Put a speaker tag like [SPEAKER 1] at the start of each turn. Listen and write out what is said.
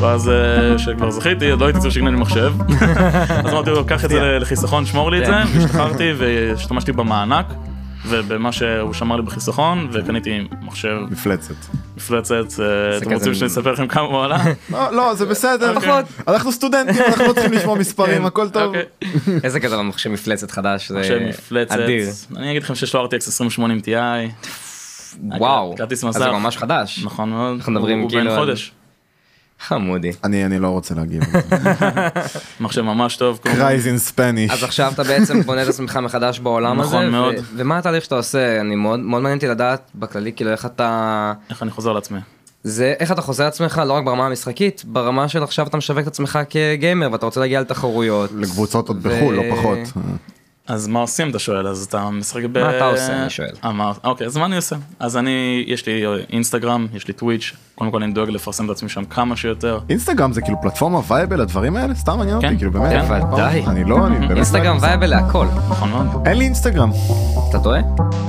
[SPEAKER 1] ואז כשכבר זכיתי, עוד לא הייתי צריך שיקנה לי מחשב. אז אמרתי לו, קח את זה לחיסכון, שמור לי את זה, והשתחררתי והשתמשתי במענק. ובמה שהוא שמר לי בחיסכון, וקניתי מחשב.
[SPEAKER 2] מפלצת.
[SPEAKER 1] מפלצת, אה, אתם רוצים שאני אספר לכם כמה הוא עלה? כן.
[SPEAKER 2] לא, זה בסדר,
[SPEAKER 1] אוקיי.
[SPEAKER 2] אנחנו סטודנטים, אנחנו לא צריכים לשמוע מספרים, הכל טוב.
[SPEAKER 3] איזה גדול מחשב מפלצת חדש, זה
[SPEAKER 1] מחשב מפלצת, אני אגיד לכם שיש לו RTX 2080 Ti.
[SPEAKER 3] וואו, אז זה ממש חדש. אה,
[SPEAKER 1] נכון מאוד,
[SPEAKER 3] אנחנו מדברים
[SPEAKER 1] כאילו... הוא בן חודש.
[SPEAKER 3] חמודי.
[SPEAKER 2] אני אני לא רוצה להגיב.
[SPEAKER 1] מחשב ממש טוב.
[SPEAKER 2] קרייז אין ספניש.
[SPEAKER 3] אז עכשיו אתה בעצם בונה את עצמך מחדש בעולם הזה.
[SPEAKER 1] נכון מאוד.
[SPEAKER 3] ומה התהליך שאתה עושה? אני מאוד מאוד מעניין אותי לדעת בכללי כאילו איך אתה...
[SPEAKER 1] איך אני חוזר לעצמי.
[SPEAKER 3] זה איך אתה חוזר לעצמך לא רק ברמה המשחקית ברמה של עכשיו אתה משווק את עצמך כגיימר ואתה רוצה להגיע לתחרויות.
[SPEAKER 2] לקבוצות עוד בחו"ל לא פחות.
[SPEAKER 1] אז מה עושים אתה שואל אז אתה משחק
[SPEAKER 3] ב... מה אתה עושה אני שואל.
[SPEAKER 1] אוקיי אז מה אני עושה אז אני יש לי אה, אינסטגרם יש לי טוויץ' קודם כל אני דואג לפרסם את עצמי שם כמה שיותר.
[SPEAKER 2] אינסטגרם זה כאילו פלטפורמה וייבל לדברים האלה סתם מעניין אותי כאילו באמת.
[SPEAKER 3] כן, ודאי.
[SPEAKER 2] אני לא אני באמת.
[SPEAKER 3] אינסטגרם וייבל להכל.
[SPEAKER 1] נכון מאוד.
[SPEAKER 2] אין לי אינסטגרם.
[SPEAKER 3] אתה טועה?